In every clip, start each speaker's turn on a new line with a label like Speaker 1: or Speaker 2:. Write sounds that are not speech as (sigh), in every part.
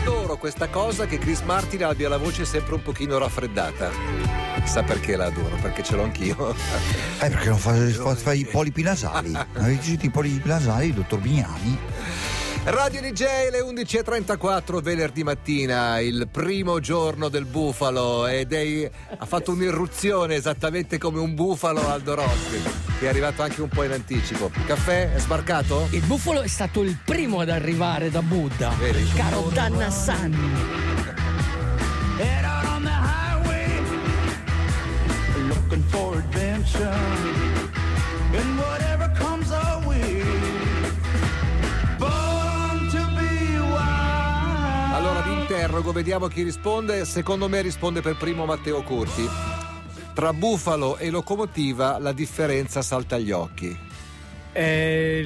Speaker 1: strano questa cosa che Chris Martin abbia la voce sempre un pochino raffreddata. Sa perché la adoro? Perché ce l'ho anch'io. (laughs)
Speaker 2: Eh, perché non fa, fa, fa i polipi (laughs) nasali. Avete visto i polipi nasali, dottor Bignani?
Speaker 1: Radio DJ, le 11.34 venerdì mattina, il primo giorno del bufalo ed è, ha fatto un'irruzione esattamente come un bufalo Aldo Rossi, che è arrivato anche un po' in anticipo. Caffè, è sbarcato?
Speaker 3: Il bufalo è stato il primo ad arrivare da Buddha.
Speaker 1: Vedi?
Speaker 3: Caro Dannassan.
Speaker 4: Head out on the highway, looking for adventure. And whatever comes our way, born to be wild.
Speaker 1: Allora vi interrogo, vediamo chi risponde. Secondo me risponde per primo Matteo Curti. Tra bufalo e locomotiva la differenza salta agli occhi.
Speaker 5: Eh,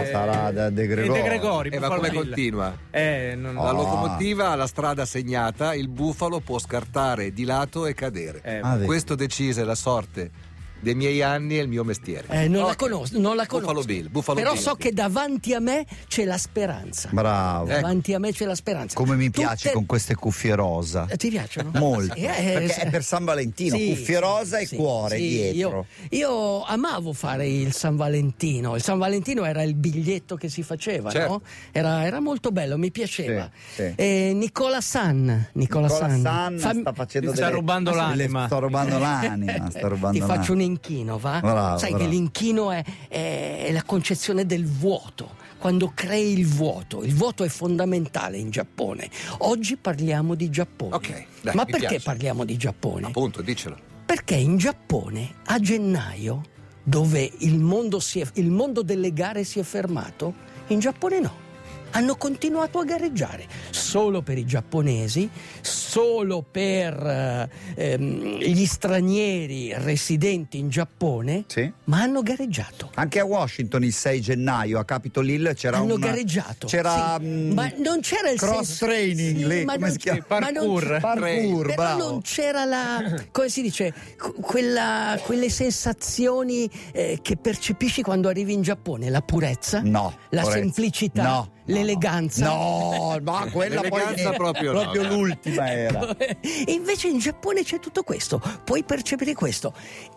Speaker 5: il,
Speaker 2: Sarà da De Gregori.
Speaker 5: Eh, De Gregori
Speaker 1: E va
Speaker 5: Buffalo
Speaker 1: come
Speaker 5: Bill.
Speaker 1: continua.
Speaker 5: Eh, non,
Speaker 1: La
Speaker 2: Ah.
Speaker 1: locomotiva ha la strada segnata, il bufalo può scartare di lato e cadere.
Speaker 5: eh,
Speaker 2: Ah, vedi.
Speaker 1: Questo decise la sorte dei miei anni e il mio mestiere.
Speaker 3: Eh, non,
Speaker 1: Ok.
Speaker 3: la conosco, non la conosco.
Speaker 1: Buffalo Bill, Buffalo
Speaker 3: Però
Speaker 1: Bill.
Speaker 3: so che davanti a me c'è la speranza.
Speaker 2: Bravo.
Speaker 1: Ecco.
Speaker 3: Davanti a me c'è la speranza.
Speaker 2: Come mi
Speaker 3: Tutte-
Speaker 2: piace con queste cuffie rosa.
Speaker 3: Eh, Ti piacciono?
Speaker 2: Molto.
Speaker 3: Eh, eh,
Speaker 2: Perché
Speaker 3: sì.
Speaker 2: è per San Valentino,
Speaker 3: Sì,
Speaker 2: cuffie rosa e
Speaker 3: sì,
Speaker 2: cuore
Speaker 3: sì,
Speaker 2: dietro.
Speaker 3: Io, io amavo fare il San Valentino. Il San Valentino era il biglietto che si faceva,
Speaker 1: Certo.
Speaker 3: no? Era, era molto bello, mi piaceva.
Speaker 2: Sì, sì.
Speaker 3: Eh, Nicola San. Nicola,
Speaker 2: Nicola
Speaker 3: San.
Speaker 2: Sanna
Speaker 3: Fammi-
Speaker 2: sta facendo
Speaker 5: Mi sta
Speaker 2: delle-
Speaker 5: rubando
Speaker 2: delle-
Speaker 5: l'anima.
Speaker 2: Sta robando l'anima, sta
Speaker 3: (laughs) Ti
Speaker 2: rubando
Speaker 3: faccio un
Speaker 2: l'anima.
Speaker 3: inchino, va?
Speaker 2: Bravo,
Speaker 3: Sai
Speaker 2: bravo.
Speaker 3: che l'inchino è, è- è la concezione del vuoto. Quando crei il vuoto, il vuoto è fondamentale in Giappone. Oggi parliamo di Giappone.
Speaker 1: Ok, dai,
Speaker 3: Ma
Speaker 1: mi
Speaker 3: perché
Speaker 1: piace.
Speaker 3: parliamo di Giappone?
Speaker 1: Appunto, dicelo.
Speaker 3: Perché in Giappone a gennaio, dove il mondo, si è- il mondo delle gare si è fermato, in Giappone no. Hanno continuato a gareggiare solo per i giapponesi, solo per eh, ehm, gli stranieri residenti in Giappone,
Speaker 2: Sì.
Speaker 3: ma hanno gareggiato.
Speaker 2: Anche a Washington il 6 gennaio a Capitol Hill c'era
Speaker 3: hanno
Speaker 2: un
Speaker 3: gareggiato.
Speaker 2: C'era
Speaker 3: sì.
Speaker 2: mm,
Speaker 3: ma non c'era il
Speaker 2: cross
Speaker 3: senso-
Speaker 2: training,
Speaker 3: sì,
Speaker 2: lì,
Speaker 3: ma
Speaker 2: come
Speaker 3: non
Speaker 2: si
Speaker 3: c'era-
Speaker 2: chiama?
Speaker 3: ma non c'era-
Speaker 2: parkour, parkour,
Speaker 3: Però
Speaker 2: bravo.
Speaker 3: non c'era
Speaker 2: (coughs)
Speaker 3: la, come si dice, qu- quella- quelle sensazioni eh, che percepisci quando arrivi in Giappone, la purezza,
Speaker 2: No,
Speaker 3: la
Speaker 2: Lorenzo.
Speaker 3: semplicità,
Speaker 2: No, no,
Speaker 3: l'eleganza.
Speaker 2: No, ma quella poi
Speaker 1: L'eleganza proprio no,
Speaker 2: proprio cioè.
Speaker 1: dai.
Speaker 2: l'ultima era.
Speaker 3: E (laughs) invece in Giappone c'è tutto questo, puoi percepire questo.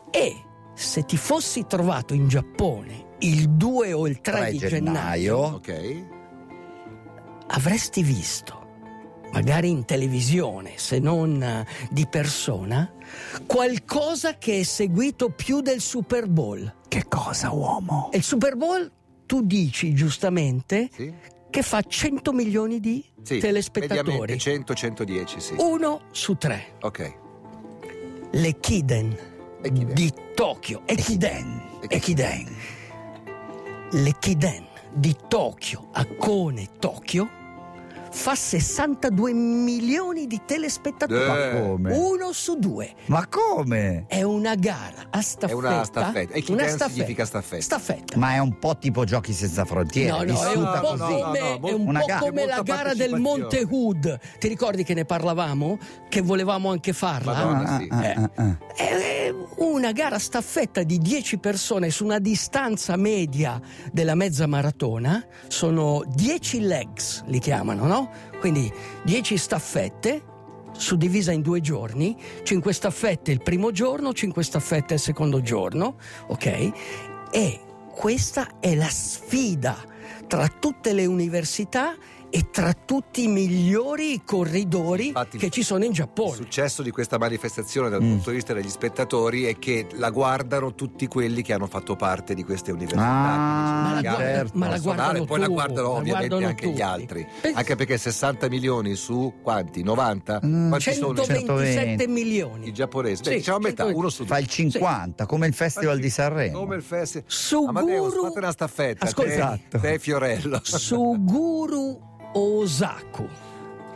Speaker 3: E se ti fossi trovato in Giappone il 2 o il 3,
Speaker 2: 3
Speaker 3: di
Speaker 2: gennaio.
Speaker 3: Oh.
Speaker 1: Ok.
Speaker 3: avresti visto, magari in televisione, se non eh, di persona, qualcosa che è seguito più del Super Bowl.
Speaker 2: Che cosa, uomo?
Speaker 3: E il Super Bowl, tu dici giustamente,
Speaker 1: Sì.
Speaker 3: che fa 100 milioni di
Speaker 1: Sì, mediamente cioè-
Speaker 3: telespettatori. Uh.
Speaker 1: 100 110, sì.
Speaker 3: Uno su tre.
Speaker 1: Ok.
Speaker 3: Le Kiden,
Speaker 1: Ekiden.
Speaker 3: di Tokyo. Ekiden. Ekiden. Le Kiden di Tokyo, Accone, Tokyo, fa 62 milioni di telespettatori.
Speaker 2: Ma
Speaker 1: Eh.
Speaker 2: come?
Speaker 3: Uno su due.
Speaker 2: Ma come?
Speaker 3: È una gara a staffetta.
Speaker 1: una staffetta. E chi
Speaker 3: Una
Speaker 1: dance significa staffetta?
Speaker 3: Staffetta.
Speaker 2: Ma è un po' tipo giochi senza frontiere,
Speaker 3: No, no, è
Speaker 2: vissuta
Speaker 3: un po'
Speaker 2: così.
Speaker 1: no, no,
Speaker 3: come,
Speaker 1: no,
Speaker 3: è un
Speaker 2: una
Speaker 3: po'
Speaker 2: gara.
Speaker 3: come la
Speaker 1: Molta
Speaker 3: gara del Monte
Speaker 1: partecipazione.
Speaker 3: Hood. Ti ricordi che ne parlavamo? Che volevamo anche farla?
Speaker 1: Madonna. sì.
Speaker 2: ah, ah, ah, ah.
Speaker 3: È Eh, una gara a staffetta di 10 persone su una distanza media della mezza maratona, sono 10 legs, li chiamano, no? Quindi 10 staffette suddivisa in due giorni, 5 staffette il primo giorno, 5 staffette il secondo giorno, ok? E questa è la sfida tra tutte le università e tra tutti i migliori corridori
Speaker 1: Infatti-
Speaker 3: che ci sono in
Speaker 1: Il
Speaker 3: Giappone.
Speaker 1: successo di questa manifestazione dal
Speaker 2: Mm.
Speaker 1: punto di vista degli spettatori è che la guardano tutti quelli che hanno fatto parte di queste università.
Speaker 2: Ah,
Speaker 1: quindi
Speaker 3: Ma la,
Speaker 1: ci
Speaker 3: guarda-
Speaker 2: certo.
Speaker 3: ma la
Speaker 1: personale,
Speaker 3: guardano
Speaker 1: poi la
Speaker 3: tutti,
Speaker 1: guardano
Speaker 3: la
Speaker 1: ovviamente
Speaker 3: guardano
Speaker 1: anche
Speaker 3: tutti.
Speaker 1: gli altri.
Speaker 3: Pensa-
Speaker 1: Anche perché 60 milioni su quanti? 90?
Speaker 2: Mm.
Speaker 1: Quanti sono
Speaker 3: 127
Speaker 2: 120.
Speaker 3: milioni
Speaker 1: i giapponesi? Beh,
Speaker 3: Sì,
Speaker 1: diciamo a metà,
Speaker 3: 120.
Speaker 1: uno su
Speaker 2: Fa
Speaker 1: due.
Speaker 2: il 50, come il Festival di Sanremo.
Speaker 1: Come il festival.
Speaker 3: Suguru
Speaker 1: Amadeus, fate una staffetta.
Speaker 3: Ascolta.
Speaker 1: te,
Speaker 2: Esatto.
Speaker 1: te e Fiorello.
Speaker 3: Suguru Osaku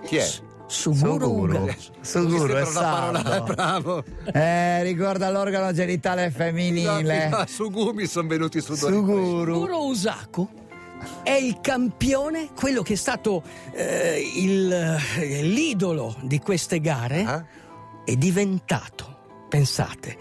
Speaker 1: Chi è?
Speaker 3: Su- Suguru Oga-
Speaker 2: Suguro è
Speaker 1: Mi sembra una parola, (laughs)
Speaker 2: sardo.
Speaker 1: bravo.
Speaker 2: Eh, riguarda l'organo genitale femminile.
Speaker 1: No, Su Gumi sono venuti su due.
Speaker 2: Suguru.
Speaker 3: Suguru Osaku è il campione, quello che è stato eh, il- eh, l'idolo di queste gare
Speaker 1: Ah?
Speaker 3: è diventato, pensate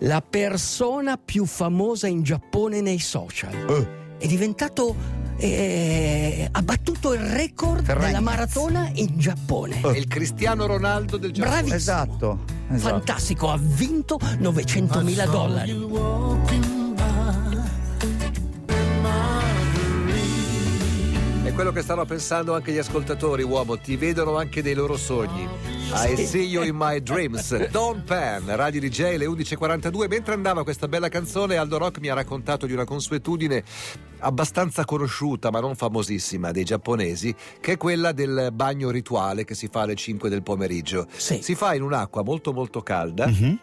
Speaker 3: la persona più famosa in Giappone nei social
Speaker 2: Eh,
Speaker 3: è diventato eh, ha battuto il record
Speaker 2: Terragna.
Speaker 3: della maratona in Giappone.
Speaker 1: È il Cristiano Ronaldo del Giappone.
Speaker 3: Bravissimo.
Speaker 2: Esatto, esatto.
Speaker 3: Fantastico, ha vinto 900.000 dollari.
Speaker 1: È quello che stanno pensando anche gli ascoltatori, uomo. Ti vedono anche dei loro sogni. I see you in my dreams. Don Pan, Radio DJ, le 11.42. Mentre andava questa bella canzone, Aldo Rock mi ha raccontato di una consuetudine abbastanza conosciuta, ma non famosissima, dei giapponesi, che è quella del bagno rituale che si fa alle 5 del pomeriggio.
Speaker 3: Sì.
Speaker 1: Si fa in un'acqua molto molto calda.
Speaker 2: Mhm.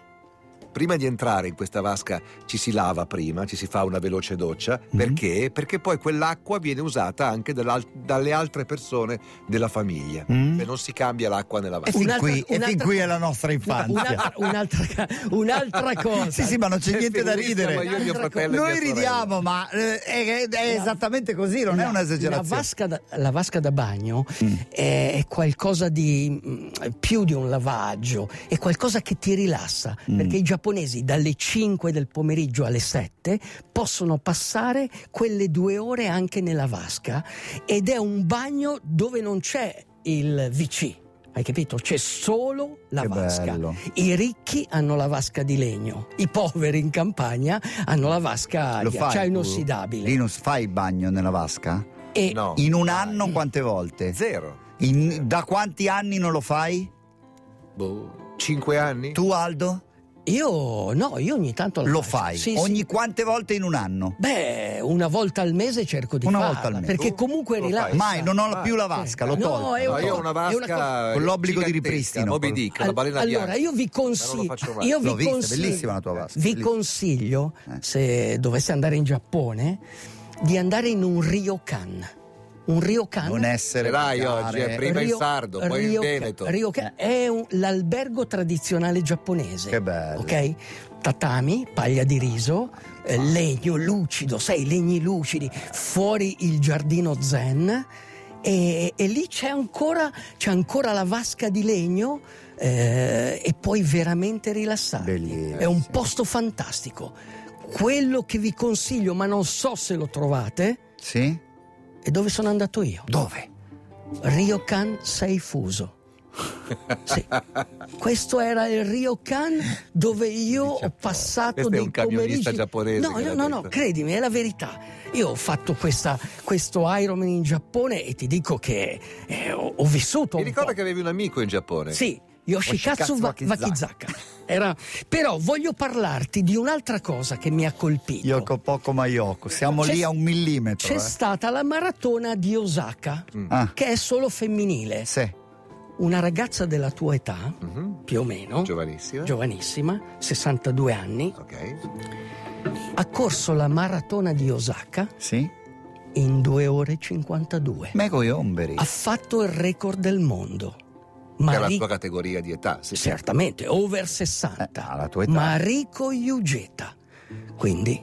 Speaker 1: Prima di entrare in questa vasca ci si lava prima, ci si fa una veloce doccia. Perché? Perché poi quell'acqua viene usata anche dall'al- dalle altre persone della famiglia.
Speaker 2: Mm.
Speaker 1: E non si cambia l'acqua nella
Speaker 2: E
Speaker 1: vasca.
Speaker 2: fin,
Speaker 3: Un'altra-
Speaker 2: qui, e fin
Speaker 3: un'altra-
Speaker 2: qui è la nostra
Speaker 3: Un'altra,
Speaker 2: infanzia.
Speaker 3: un'altra- un'altra cosa.
Speaker 2: (laughs) Sì, sì, ma non c'è
Speaker 1: Eh,
Speaker 2: niente da
Speaker 1: figurissimo,
Speaker 2: ridere.
Speaker 1: io, mio fratello e
Speaker 2: Noi
Speaker 1: mia sorella.
Speaker 2: ridiamo, ma eh, è, è esattamente così, non è
Speaker 3: La- La
Speaker 2: un'esagerazione.
Speaker 3: vasca da, la vasca da bagno
Speaker 2: Mm.
Speaker 3: è, è qualcosa di mm, più di un lavaggio, è qualcosa che ti rilassa,
Speaker 2: Mm.
Speaker 3: perché i giapponesi dalle 5 del pomeriggio alle 7 possono passare quelle due ore anche nella vasca ed è un bagno dove non c'è il VC. Hai capito? C'è solo la
Speaker 2: Che
Speaker 3: vasca.
Speaker 2: bello.
Speaker 3: I ricchi hanno la vasca di legno, i poveri in campagna hanno la vasca
Speaker 2: Lo
Speaker 3: di
Speaker 2: fai
Speaker 3: acciaio
Speaker 2: tu?
Speaker 3: cioè, inossidabile.
Speaker 2: Linus, fai il bagno nella vasca?
Speaker 3: E
Speaker 1: No.
Speaker 2: In un anno quante volte?
Speaker 1: Zero.
Speaker 2: In- da quanti anni non lo fai?
Speaker 1: Boh. Cinque anni?
Speaker 2: Tu Aldo?
Speaker 3: Io no, io ogni tanto la
Speaker 2: Lo
Speaker 3: faccio.
Speaker 2: fai?
Speaker 3: Sì, sì.
Speaker 2: Ogni quante volte in un anno?
Speaker 3: Beh, una volta al mese cerco di
Speaker 2: Una
Speaker 3: farla,
Speaker 2: volta al mese.
Speaker 3: perché
Speaker 1: Tu
Speaker 3: comunque
Speaker 1: lo
Speaker 3: rilassa.
Speaker 1: fai.
Speaker 2: Mai, non ho la-
Speaker 1: Ah,
Speaker 2: più la vasca, l'ho
Speaker 3: No,
Speaker 2: tolta.
Speaker 3: è
Speaker 1: No,
Speaker 3: una
Speaker 1: io ho
Speaker 3: cosa-
Speaker 1: una
Speaker 3: è una
Speaker 1: vasca
Speaker 3: cosa-
Speaker 2: Con l'obbligo di
Speaker 1: gigantesca,
Speaker 2: ripristino.
Speaker 1: Moby Dick, la
Speaker 3: Al-
Speaker 1: balena bianca.
Speaker 3: allora, io vi
Speaker 1: Ma non lo faccio
Speaker 3: consiglio,
Speaker 1: mai.
Speaker 3: io vi
Speaker 2: L'ho vista,
Speaker 3: consiglio-
Speaker 2: bellissima la tua vasca.
Speaker 3: Vi
Speaker 2: bellissima.
Speaker 3: consiglio,
Speaker 2: Eh.
Speaker 3: se dovesse andare in Giappone, di andare in un ryokan. Un ryokan
Speaker 2: Non essere
Speaker 1: Ce l'hai oggi,
Speaker 2: volgare.
Speaker 1: eh, prima in
Speaker 3: Rio-
Speaker 1: sardo, poi in
Speaker 3: Rio-
Speaker 1: veneto.
Speaker 3: Ryokan è un- l'albergo tradizionale giapponese.
Speaker 2: Che bello.
Speaker 3: Ok? Tatami, paglia di riso, eh, legno lucido, sei legni lucidi, fuori il giardino zen. E, e lì c'è ancora, c'è ancora la vasca di legno eh, e puoi veramente rilassarti.
Speaker 2: Bellissimo.
Speaker 3: È un posto fantastico. Quello che vi consiglio, ma non so se lo trovate,
Speaker 2: Sì?
Speaker 3: è dove sono andato io.
Speaker 2: Dove?
Speaker 1: (laughs)
Speaker 3: Ryokan Seifuso. Sì. Questo era il Ryokan dove io ho
Speaker 1: Diciamo, Questo è
Speaker 3: passato dei
Speaker 1: un camionista
Speaker 3: pomeriggi-
Speaker 1: giapponese
Speaker 3: No,
Speaker 1: che l'ha
Speaker 3: no, no, no,
Speaker 1: detto.
Speaker 3: credimi, è la verità. Io ho fatto questa, questo Ironman in Giappone e ti dico che eh, ho, ho vissuto
Speaker 1: Mi
Speaker 3: un
Speaker 1: ricordo
Speaker 3: po'.
Speaker 1: che avevi un amico in Giappone.
Speaker 3: Sì, Yoshikatsu
Speaker 2: Yoshikatsu
Speaker 3: Wa-
Speaker 2: Wakizaka.
Speaker 3: Wakizaka. Era- Però voglio parlarti di un'altra cosa che mi ha colpito.
Speaker 2: Yoko Poco Maioko. Siamo
Speaker 3: C'è-
Speaker 2: lì a un millimetro.
Speaker 3: C'è
Speaker 2: eh.
Speaker 3: stata la maratona di Osaka,
Speaker 2: Ah,
Speaker 3: che è solo femminile.
Speaker 2: sì.
Speaker 3: Una ragazza della tua età,
Speaker 1: Mhm.
Speaker 3: più o meno,
Speaker 1: Giovanissima.
Speaker 3: giovanissima, 62 anni,
Speaker 1: ok.
Speaker 3: ha corso la maratona di Osaka
Speaker 2: Sì?
Speaker 3: in 2 ore e 52.
Speaker 2: Mego e Omberi.
Speaker 3: Ha fatto il record del mondo. Ma
Speaker 1: Per la
Speaker 3: ri-
Speaker 1: tua categoria di età. Sì.
Speaker 3: certamente, over
Speaker 2: Eh,
Speaker 3: 60.
Speaker 2: alla tua età.
Speaker 3: Mariko Yugeta. Quindi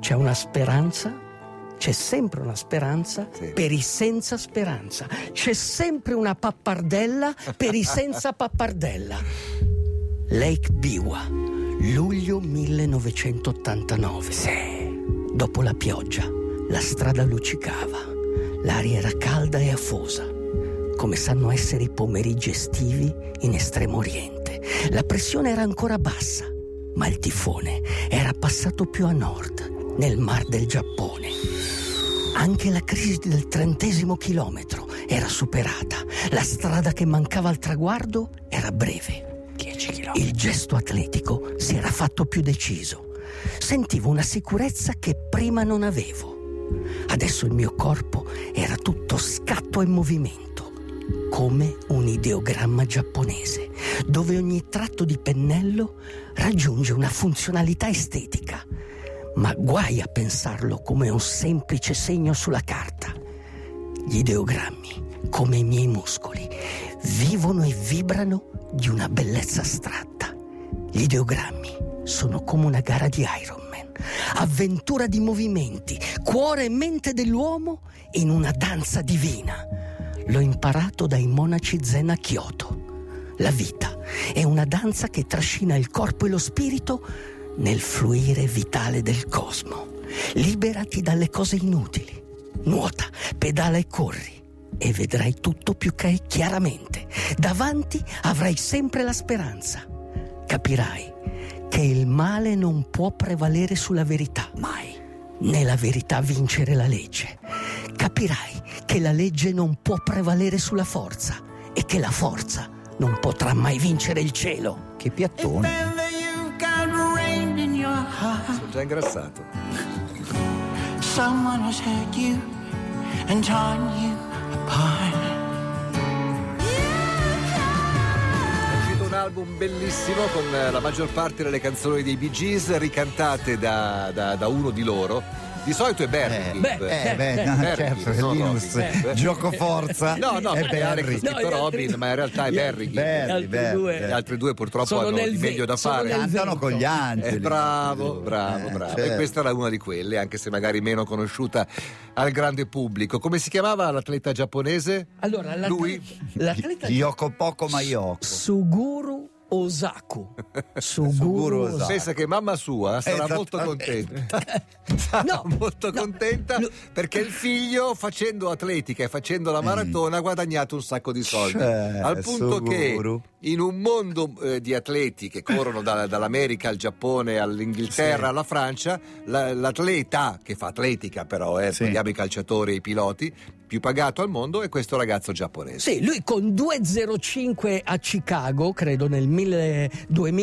Speaker 3: c'è una speranza. C'è sempre una speranza
Speaker 1: Sì.
Speaker 3: per i senza speranza. C'è sempre una pappardella per i senza pappardella. Lake Biwa, luglio 1989. Dopo la pioggia, la strada luccicava, l'aria era calda e afosa, come sanno essere i pomeriggi estivi in Estremo Oriente. La pressione era ancora bassa, ma il tifone era passato più a nord, nel Mar del Giappone. Anche la crisi del trentesimo chilometro era superata. La strada che mancava al traguardo era breve. Il gesto atletico si era fatto più deciso. Sentivo una sicurezza che prima non avevo. Adesso il mio corpo era tutto scatto e movimento, come un ideogramma giapponese, dove ogni tratto di pennello raggiunge una funzionalità estetica. Ma guai a pensarlo come un semplice segno sulla carta. Gli ideogrammi, come i miei muscoli, vivono e vibrano di una bellezza astratta. Gli ideogrammi sono come una gara di Iron Man, avventura di movimenti, cuore e mente dell'uomo in una danza divina. L'ho imparato dai monaci zen a Kyoto. La vita è una danza che trascina il corpo e lo spirito nel fluire vitale del cosmo. Liberati dalle cose inutili, nuota, pedala e corri e vedrai tutto più che chiaramente. Davanti avrai sempre la speranza. Capirai che il male non può prevalere sulla verità, mai, né la verità vincere la legge. Capirai che la legge non può prevalere sulla forza e che la forza non potrà mai vincere il cielo.
Speaker 2: Che piattone.
Speaker 1: Eh,
Speaker 4: Whether you've got rain in your heart,
Speaker 1: Sono già ingrassato.
Speaker 4: someone has hurt you and torn you apart.
Speaker 1: È uscito un album bellissimo con eh, la maggior parte delle canzoni dei Bee Gees ricantate da, da- da uno di loro. Di solito è Bernie.
Speaker 3: beh,
Speaker 1: Gibb.
Speaker 2: Eh,
Speaker 3: Eh,
Speaker 2: beh,
Speaker 3: eh,
Speaker 2: no,
Speaker 1: Berry,
Speaker 2: certo,
Speaker 1: sono
Speaker 2: Linus,
Speaker 1: Robin. Eh.
Speaker 2: gioco forza.
Speaker 1: No, no,
Speaker 2: è
Speaker 1: perché
Speaker 2: Berry.
Speaker 1: Alex- Scritto
Speaker 3: gli altri-
Speaker 1: Robin, ma in realtà è
Speaker 3: gli-
Speaker 1: Barry
Speaker 3: gli
Speaker 2: Gibb.
Speaker 3: altri
Speaker 2: Berry,
Speaker 3: due-
Speaker 2: Berry.
Speaker 1: Gli altri due purtroppo
Speaker 3: Sono
Speaker 1: hanno
Speaker 3: nel
Speaker 1: di
Speaker 3: ve-
Speaker 1: meglio da
Speaker 3: sono
Speaker 1: fare.
Speaker 3: nel
Speaker 2: Cantano
Speaker 3: vento.
Speaker 2: con gli angeli.
Speaker 1: Eh, bravo, bravo,
Speaker 2: Eh,
Speaker 1: bravo. E
Speaker 2: certo.
Speaker 1: questa era una di quelle, anche se magari meno conosciuta al grande pubblico. Come si chiamava l'atleta giapponese?
Speaker 3: Allora, l'atleta,
Speaker 1: Lui?
Speaker 3: l'atleta
Speaker 2: Gli- Yoko Poco Maioko.
Speaker 3: Suguru Osaku. Suguru,
Speaker 2: Suguru Osaku.
Speaker 3: Osaku.
Speaker 1: Pensa che mamma sua sarà
Speaker 2: Esatto.
Speaker 1: molto contenta. sarà
Speaker 3: No,
Speaker 1: molto
Speaker 3: no.
Speaker 1: contenta
Speaker 3: Lo-
Speaker 1: perché il figlio, facendo atletica e facendo la maratona, ha guadagnato un sacco di soldi.
Speaker 2: Eh,
Speaker 1: Al punto
Speaker 2: Suguru.
Speaker 1: che in un mondo eh, di atleti che corrono da- dall'America al Giappone, all'Inghilterra,
Speaker 2: Sì.
Speaker 1: alla Francia, la- l'atleta che fa atletica, però, eh,
Speaker 2: Sì.
Speaker 1: vogliamo i calciatori e i piloti, più pagato al mondo è questo ragazzo giapponese.
Speaker 3: Sì, lui con 2.05 a Chicago, credo nel mille-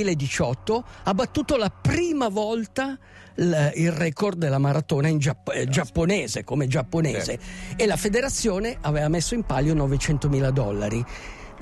Speaker 3: 2018, ha battuto la prima volta l- il record della maratona in Giap- eh, giapponese, come giapponese,
Speaker 1: Certo.
Speaker 3: e la federazione aveva messo in palio 900.000 dollari.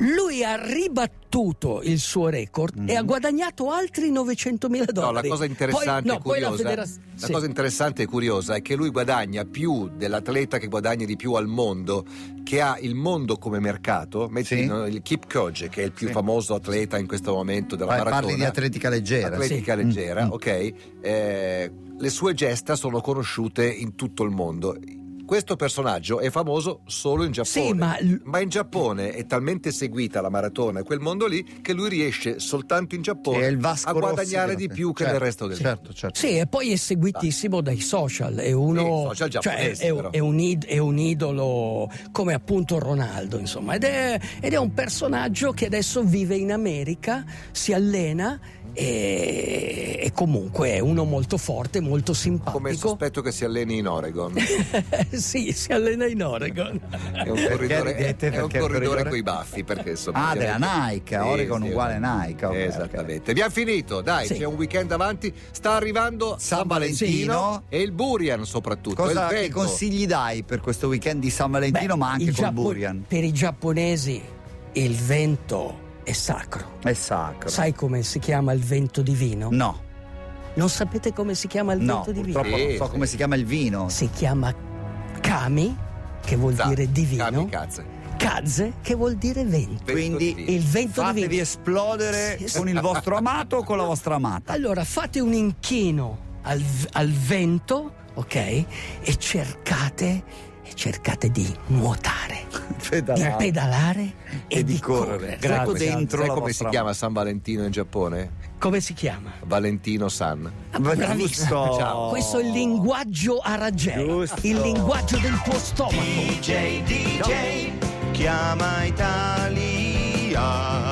Speaker 3: Lui ha ribattuto il suo record e ha guadagnato altri 900.000
Speaker 1: Mm. No,
Speaker 3: dollari.
Speaker 1: la cosa interessante
Speaker 3: Poi- no,
Speaker 1: e
Speaker 3: poi la
Speaker 1: curiosa, la,
Speaker 3: federaz- sì.
Speaker 1: cosa interessante e curiosa è che lui guadagna più dell'atleta che guadagna di più al mondo, che ha il mondo come mercato. Metti
Speaker 2: Sì.
Speaker 1: no, il Kip Koge, che è il più
Speaker 2: Sì.
Speaker 1: famoso atleta in questo momento della
Speaker 2: Vai,
Speaker 1: maratona.
Speaker 2: parli di atletica leggera.
Speaker 1: Atletica
Speaker 2: Sì.
Speaker 1: leggera,
Speaker 2: Mm, mm.
Speaker 1: ok. Eh, le sue gesta sono conosciute in tutto il mondo. Questo personaggio è famoso solo in Giappone.
Speaker 3: Sì, ma l-
Speaker 1: Ma in Giappone è talmente seguita la maratona e quel mondo lì che lui riesce soltanto in Giappone
Speaker 2: Che è il Vasco
Speaker 1: a
Speaker 2: Rossi
Speaker 1: guadagnare
Speaker 2: della-
Speaker 1: di più che
Speaker 2: Certo,
Speaker 1: nel resto del mondo.
Speaker 2: Certo, certo.
Speaker 3: Sì, e poi è seguitissimo dai social, è uno
Speaker 1: Sì, social
Speaker 3: cioè,
Speaker 1: giapponesi,
Speaker 3: è,
Speaker 1: però.
Speaker 3: è un id- è un idolo come appunto Ronaldo, insomma, ed è, ed è un personaggio che adesso vive in America, si allena e, e comunque è uno molto forte, molto
Speaker 1: Come il
Speaker 3: simpatico.
Speaker 1: sospetto che si alleni in
Speaker 2: (laughs)
Speaker 1: Oregon.
Speaker 3: (laughs) sì, si allena in
Speaker 1: (laughs)
Speaker 3: Oregon.
Speaker 1: È un
Speaker 2: Perché
Speaker 1: corridore, è-
Speaker 2: ridete?
Speaker 1: è un
Speaker 2: Perché il
Speaker 1: corridore
Speaker 2: corridore-
Speaker 1: coi baffi. Perché, insomma,
Speaker 2: Ah, della
Speaker 1: chiaramente-
Speaker 2: Nike,
Speaker 1: Sì,
Speaker 2: Oregon
Speaker 1: sì,
Speaker 2: uguale
Speaker 1: ok.
Speaker 2: Nike. ok,
Speaker 1: Esattamente. Abbiamo finito, dai,
Speaker 3: Sì.
Speaker 1: c'è un weekend avanti. Sta arrivando San,
Speaker 2: San
Speaker 1: Valentino,
Speaker 2: Valentino.
Speaker 1: e il Burian soprattutto.
Speaker 2: ok.
Speaker 1: il
Speaker 2: Cosa che
Speaker 1: vento.
Speaker 2: consigli dai per questo weekend di San Valentino,
Speaker 3: Beh,
Speaker 2: ma anche
Speaker 3: il
Speaker 2: col
Speaker 3: Giappo-
Speaker 2: Burian?
Speaker 3: Per i giapponesi il vento è sacro.
Speaker 2: È sacro.
Speaker 3: Sai come si chiama il vento divino?
Speaker 2: No,
Speaker 3: Non sapete come si chiama il
Speaker 2: no,
Speaker 3: vento divino?
Speaker 2: purtroppo non
Speaker 1: Sì,
Speaker 2: so
Speaker 1: sì.
Speaker 2: come si chiama il vino.
Speaker 3: si chiama Kami, che vuol
Speaker 1: Sa-
Speaker 3: dire divino,
Speaker 1: Cambi cazze.
Speaker 3: Kaze, che vuol dire vento.
Speaker 1: Vento
Speaker 2: Quindi-
Speaker 1: divino.
Speaker 3: Il vento
Speaker 2: Fatevi
Speaker 3: divino.
Speaker 2: esplodere
Speaker 3: Sì, sì.
Speaker 2: con il vostro amato o con la vostra amata.
Speaker 3: Allora fate un inchino al, al vento, ok? E cercate, e cercate di nuotare, di
Speaker 2: Pedalate.
Speaker 3: pedalare e,
Speaker 2: E di correre.
Speaker 3: Grazie.
Speaker 2: Ecco dentro
Speaker 1: Sai
Speaker 2: la
Speaker 1: come si
Speaker 2: vostra-
Speaker 1: chiama San Valentino in Giappone?
Speaker 3: Come si chiama?
Speaker 1: Valentino San.
Speaker 3: Ah, bravissimo.
Speaker 2: Giusto.
Speaker 1: Ciao.
Speaker 3: Questo è il linguaggio a raggello,
Speaker 5: Giusto.
Speaker 3: il linguaggio del tuo stomaco.
Speaker 4: DJ, DJ, chiama Italia.